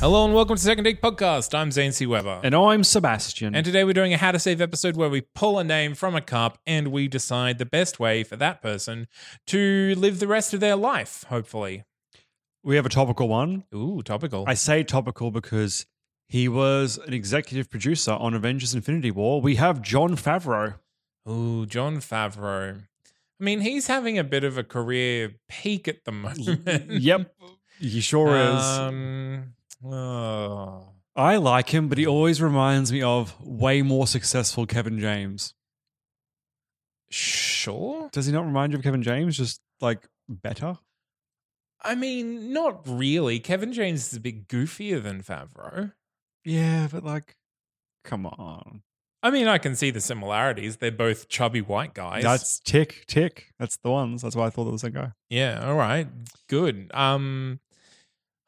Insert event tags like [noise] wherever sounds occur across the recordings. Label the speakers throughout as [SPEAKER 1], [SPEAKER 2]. [SPEAKER 1] Hello and welcome to Second Take Podcast. I'm Zane C. Weber.
[SPEAKER 2] And I'm Sebastian.
[SPEAKER 1] And today we're doing a How to Save episode where we pull a name from a cup and we decide the best way for that person to live the rest of their life, hopefully.
[SPEAKER 2] we have a topical one.
[SPEAKER 1] Ooh, topical.
[SPEAKER 2] I say topical because he was an executive producer on Avengers Infinity War. We have John [laughs] Favreau.
[SPEAKER 1] Ooh, John Favreau. I mean, he's having a bit of a career peak at the moment.
[SPEAKER 2] yep.
[SPEAKER 1] [laughs]
[SPEAKER 2] He sure is.
[SPEAKER 1] Um, oh.
[SPEAKER 2] I like him, but he always reminds me of way more successful Kevin James.
[SPEAKER 1] Sure.
[SPEAKER 2] Does he not remind you of Kevin James? Just like better?
[SPEAKER 1] I mean, not really. Kevin James is a bit goofier than Favreau.
[SPEAKER 2] Yeah, but like, come on.
[SPEAKER 1] I mean, I can see the similarities. They're both chubby white guys.
[SPEAKER 2] That's tick, tick. That's the ones. That's why I thought it was that guy.
[SPEAKER 1] yeah. All right. Good. Um. [sighs]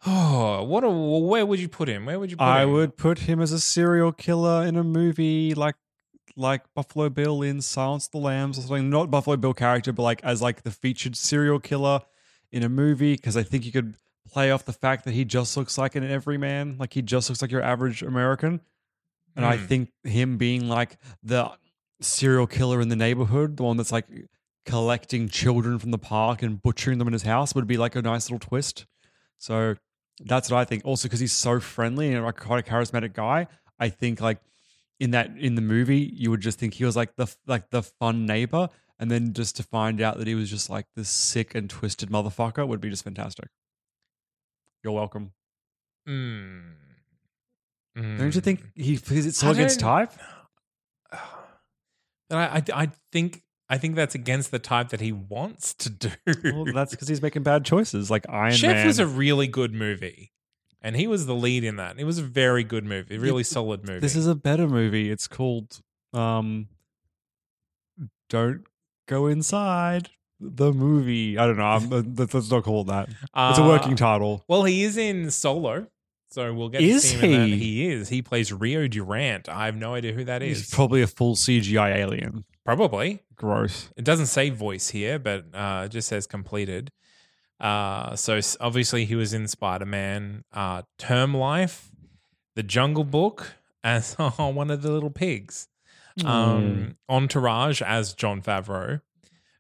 [SPEAKER 1] Oh, what a. well, Where would you put him? Where would you? put
[SPEAKER 2] I
[SPEAKER 1] him?
[SPEAKER 2] would put him as a serial killer in a movie like like Buffalo Bill in Silence of the Lambs or something. Not Buffalo Bill character, but like as like the featured serial killer in a movie because I think you could play off the fact that he just looks like an everyman, like he just looks like your average American. And I
[SPEAKER 1] Hmm.
[SPEAKER 2] think him being like the serial killer in the neighborhood, the one that's like collecting children from the park and butchering them in his house would be like a nice little twist. So that's what I think. Also, because he's so friendly and like quite a charismatic guy, I think like in that in the movie, you would just think he was like the like the fun neighbor, and then just to find out that he was just like this sick and twisted motherfucker would be just fantastic. You're welcome.
[SPEAKER 1] Mm.
[SPEAKER 2] Don't you
[SPEAKER 1] Mm.
[SPEAKER 2] think he is it so
[SPEAKER 1] I
[SPEAKER 2] against
[SPEAKER 1] don't-
[SPEAKER 2] type?
[SPEAKER 1] But I, I, I think, I think that's against the type that he wants to do.
[SPEAKER 2] Well,
[SPEAKER 1] [laughs]
[SPEAKER 2] that's because he's making bad choices. Like Iron
[SPEAKER 1] Chef
[SPEAKER 2] Man.
[SPEAKER 1] was a really good movie, and he was the lead in that. It was a very good movie, a really solid movie.
[SPEAKER 2] This is a better movie. It's called um Don't Go Inside the movie. I don't
[SPEAKER 1] [laughs]
[SPEAKER 2] know. I'm, let's, let's not call it that. It's a working
[SPEAKER 1] Uh,
[SPEAKER 2] title.
[SPEAKER 1] Well, he is in Solo, so we'll get
[SPEAKER 2] Is
[SPEAKER 1] to see him in that.
[SPEAKER 2] he?
[SPEAKER 1] He is. He plays Rio Durant. I have no idea who that is.
[SPEAKER 2] It's probably a full CGI alien.
[SPEAKER 1] Probably.
[SPEAKER 2] Gross.
[SPEAKER 1] It doesn't say voice here, but uh, it just says completed. Uh, so s- obviously he was in Spider Man, uh, Term Life, The Jungle Book, as [laughs] one of the little pigs. Um, Entourage as John Favreau,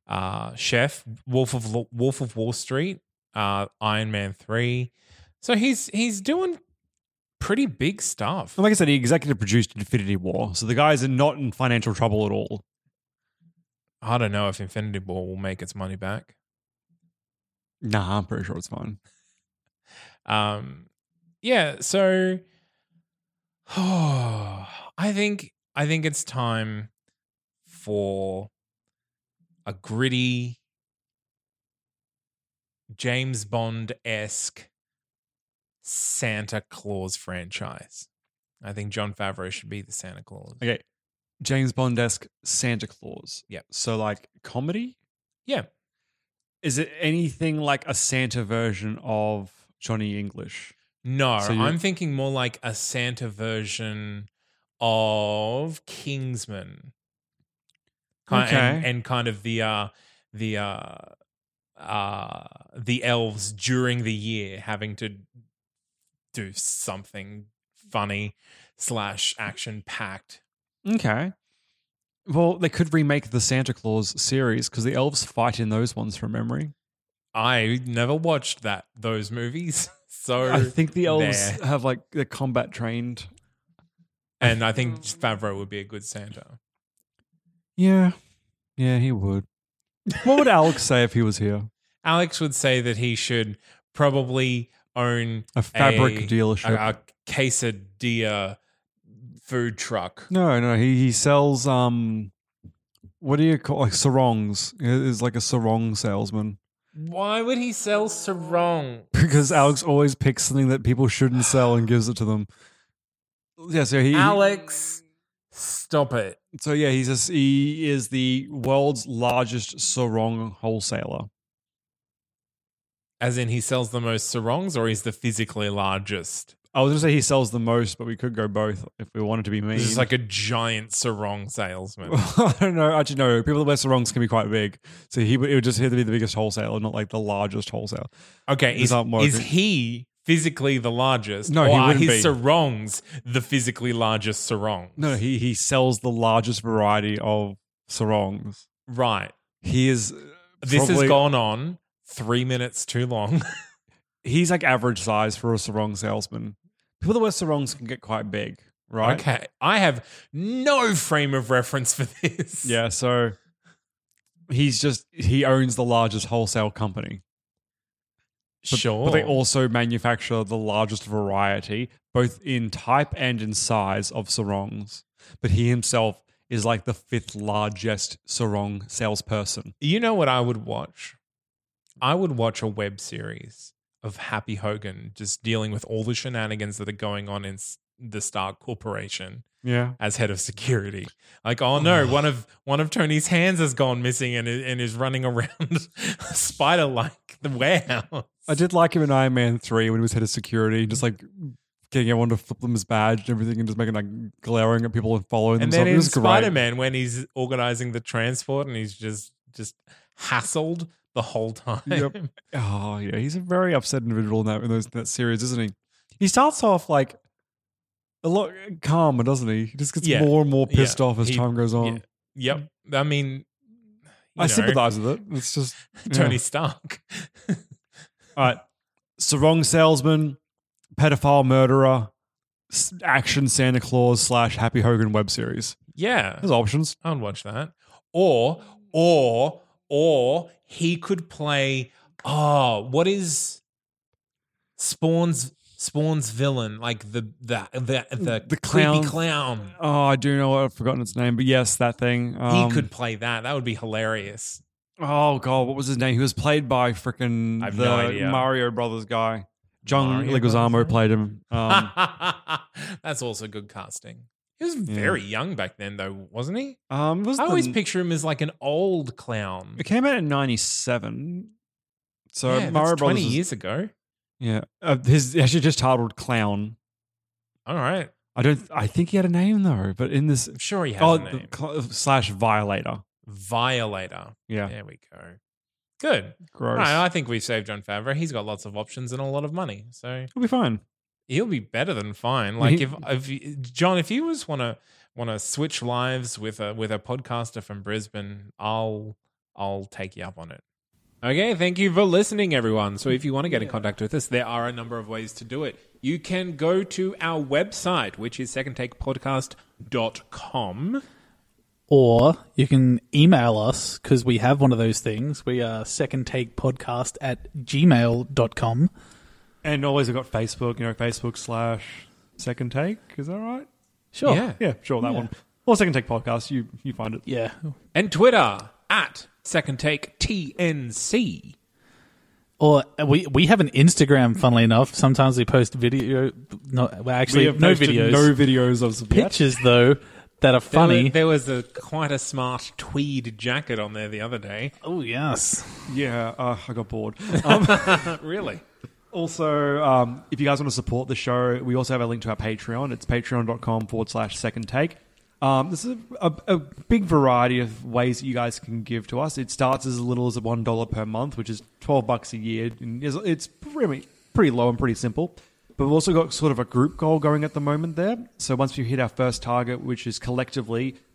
[SPEAKER 1] uh, Chef, Wolf of Lo- Wolf of Wall Street, uh, Iron Man three. So he's he's doing pretty big stuff.
[SPEAKER 2] And like I said, he executive produced Infinity War, so the guys are not in financial trouble at all.
[SPEAKER 1] I don't know if Infinity War will make its money back.
[SPEAKER 2] Nah, I'm pretty sure it's fine.
[SPEAKER 1] Um, yeah, so [sighs] I think I think it's time for a gritty James Bond esque Santa Claus franchise. I think John Favreau should be the Santa Claus.
[SPEAKER 2] Okay, James Bond esque Santa Claus.
[SPEAKER 1] Yep.
[SPEAKER 2] So like comedy.
[SPEAKER 1] Yeah.
[SPEAKER 2] Is it anything like a Santa version of Johnny English?
[SPEAKER 1] No,
[SPEAKER 2] So you're-
[SPEAKER 1] I'm thinking more like a Santa version of Kingsman. Ki- And,
[SPEAKER 2] Okay.
[SPEAKER 1] and kind of the uh the uh uh the elves during the year having to do something funny slash action packed.
[SPEAKER 2] Okay. Well, they could remake the Santa Claus series because the elves fight in those ones from memory.
[SPEAKER 1] I never watched that those movies. [laughs] So
[SPEAKER 2] [laughs] I think the elves
[SPEAKER 1] there.
[SPEAKER 2] have like they're combat trained.
[SPEAKER 1] and I think Favreau would be a good Santa.
[SPEAKER 2] [laughs] Yeah. Yeah, he would. What would Alex say if he was here?
[SPEAKER 1] Alex would say that he should probably own
[SPEAKER 2] A fabric
[SPEAKER 1] a-
[SPEAKER 2] dealership.
[SPEAKER 1] a, a quesadilla food truck.
[SPEAKER 2] no, no, he he sells um, what do you call like sarongs? He Is like a sarong salesman
[SPEAKER 1] Why would he sell sarong?
[SPEAKER 2] [laughs] because Alex always picks something that people shouldn't sell and gives it to them. Yeah, so he
[SPEAKER 1] Alex, stop it.
[SPEAKER 2] so yeah, he's a, he is the world's largest sarong wholesaler.
[SPEAKER 1] As in, he sells the most sarongs, or he's the physically largest.
[SPEAKER 2] I was gonna say he sells the most, but we could go both if we wanted to be mean.
[SPEAKER 1] This is like a giant sarong salesman.
[SPEAKER 2] [laughs] I don't know. Actually, no. People that wear sarongs can be quite big, so he would, it would just have to be the biggest wholesaler, not like the largest wholesaler.
[SPEAKER 1] Okay,
[SPEAKER 2] These
[SPEAKER 1] is,
[SPEAKER 2] aren't more
[SPEAKER 1] is
[SPEAKER 2] agree-
[SPEAKER 1] he physically the largest?
[SPEAKER 2] No,
[SPEAKER 1] or
[SPEAKER 2] he
[SPEAKER 1] are
[SPEAKER 2] wouldn't
[SPEAKER 1] his
[SPEAKER 2] be.
[SPEAKER 1] sarongs the physically largest sarongs?
[SPEAKER 2] No, he he sells the largest variety of sarongs.
[SPEAKER 1] right.
[SPEAKER 2] He is.
[SPEAKER 1] This has
[SPEAKER 2] probably-
[SPEAKER 1] gone on three minutes too long. [laughs]
[SPEAKER 2] He's like average size for a sarong salesman. People that wear sarongs can get quite big, right?
[SPEAKER 1] Okay, I have no frame of reference for this.
[SPEAKER 2] Yeah. So he's just he owns the largest wholesale company. But-
[SPEAKER 1] sure.
[SPEAKER 2] But they also manufacture the largest variety, both in type and in size of sarongs. But he himself is like the fifth largest sarong salesperson.
[SPEAKER 1] you know what I would watch? I would watch a web series of Happy Hogan just dealing with all the shenanigans that are going on in s- the Stark Corporation.
[SPEAKER 2] Yeah.
[SPEAKER 1] as head of security. Like, oh no, one of one of Tony's hands has gone missing and i- and is running around [laughs] spider like the warehouse.
[SPEAKER 2] I did like him in Iron Man 3 when he was head of security, just like getting everyone to flip them his badge and everything and just making like glaring at people and following
[SPEAKER 1] And
[SPEAKER 2] them.
[SPEAKER 1] then
[SPEAKER 2] it
[SPEAKER 1] in
[SPEAKER 2] was
[SPEAKER 1] Spider
[SPEAKER 2] great.
[SPEAKER 1] Man, when he's organizing the transport and he's just just hassled the whole time. [laughs]
[SPEAKER 2] Yep. Oh, yeah. He's a very upset individual in that, in those, that series, isn't he? He starts off like a lot uh, calmer, doesn't he? He just gets
[SPEAKER 1] Yeah.
[SPEAKER 2] more and more
[SPEAKER 1] Yeah.
[SPEAKER 2] pissed off as
[SPEAKER 1] He-
[SPEAKER 2] time goes on.
[SPEAKER 1] yeah. Yep. I mean, you
[SPEAKER 2] I
[SPEAKER 1] know,
[SPEAKER 2] sympathize with it. It's [laughs] just
[SPEAKER 1] Tony Stark. [laughs]
[SPEAKER 2] Yeah. All right. Sarong salesman, pedophile murderer, s- action Santa Claus slash Happy Hogan web series.
[SPEAKER 1] yeah.
[SPEAKER 2] There's options.
[SPEAKER 1] I would watch that. Or, or, or he could play. Oh, what is Spawn's Spawn's villain? Like the the the the,
[SPEAKER 2] The
[SPEAKER 1] creepy
[SPEAKER 2] clown.
[SPEAKER 1] clown.
[SPEAKER 2] Oh, I do know what I've forgotten its name, but yes, that thing. Um,
[SPEAKER 1] he could play that. That would be hilarious.
[SPEAKER 2] Oh god, what was his name? He was played by freaking
[SPEAKER 1] I have
[SPEAKER 2] the
[SPEAKER 1] no idea.
[SPEAKER 2] Mario Brothers guy. John
[SPEAKER 1] Mario Brothers
[SPEAKER 2] Leguizamo
[SPEAKER 1] guy?
[SPEAKER 2] played him.
[SPEAKER 1] [laughs]
[SPEAKER 2] Um,
[SPEAKER 1] That's also good casting. He was
[SPEAKER 2] Yeah.
[SPEAKER 1] very young back then, though, wasn't he?
[SPEAKER 2] um, it was
[SPEAKER 1] I always
[SPEAKER 2] the-
[SPEAKER 1] picture him as like an old clown.
[SPEAKER 2] It came out in '97, so
[SPEAKER 1] Yeah, that's
[SPEAKER 2] Mario Brothers.
[SPEAKER 1] twenty
[SPEAKER 2] is-
[SPEAKER 1] years ago.
[SPEAKER 2] Yeah, uh, his actually just titled Clown.
[SPEAKER 1] All right,
[SPEAKER 2] I don't. I think he had a name though. But in this,
[SPEAKER 1] I'm sure he has
[SPEAKER 2] oh,
[SPEAKER 1] a name.
[SPEAKER 2] cl- slash violator.
[SPEAKER 1] Violator.
[SPEAKER 2] Yeah,
[SPEAKER 1] There we go. Good.
[SPEAKER 2] gross.
[SPEAKER 1] All right, I think we've saved John Favreau. He's got lots of options and a lot of money, so
[SPEAKER 2] It'll be fine.
[SPEAKER 1] he'll be better than
[SPEAKER 2] [laughs]
[SPEAKER 1] fine. Like
[SPEAKER 2] He-
[SPEAKER 1] if, if you- John, if you just want to want to switch lives with a with a podcaster from Brisbane, I'll I'll take you up on it. Okay, thank you for listening, everyone. So, if you want to get in contact with us, there are a number of ways to do it. You can go to our website, which is secondtakepodcast.com.
[SPEAKER 3] Or you can email us because we have one of those things. We are second take podcast at gmail.com.
[SPEAKER 2] And always we've got Facebook. You know, Facebook slash Second Take. Is that right?
[SPEAKER 3] Sure.
[SPEAKER 1] Yeah.
[SPEAKER 2] Yeah, sure. That one. Or Second Take podcast. You you find it.
[SPEAKER 3] Yeah.
[SPEAKER 1] and Twitter at Second Take TNC.
[SPEAKER 3] Or uh, we we have an Instagram, funnily enough. Sometimes we post video. No, well, actually, no
[SPEAKER 2] posted
[SPEAKER 3] videos.
[SPEAKER 2] No videos of some yet.
[SPEAKER 3] pictures, though, that are funny.
[SPEAKER 1] There was, there was a quite a smart tweed jacket on there the other day.
[SPEAKER 3] oh, yes.
[SPEAKER 2] Yeah, uh, I got bored.
[SPEAKER 1] Not really.
[SPEAKER 2] Also, um, if you guys want to support the show, we also have a link to our Patreon. It's patreon.com forward slash second take. Um, this is a, a, a big variety of ways that you guys can give to us. It starts as little as $1 per month, which is 12 bucks a year. And is- it's pretty, pretty low and pretty simple. But we've also got sort of a group goal going at the moment there. So once we hit our first target, which is collectively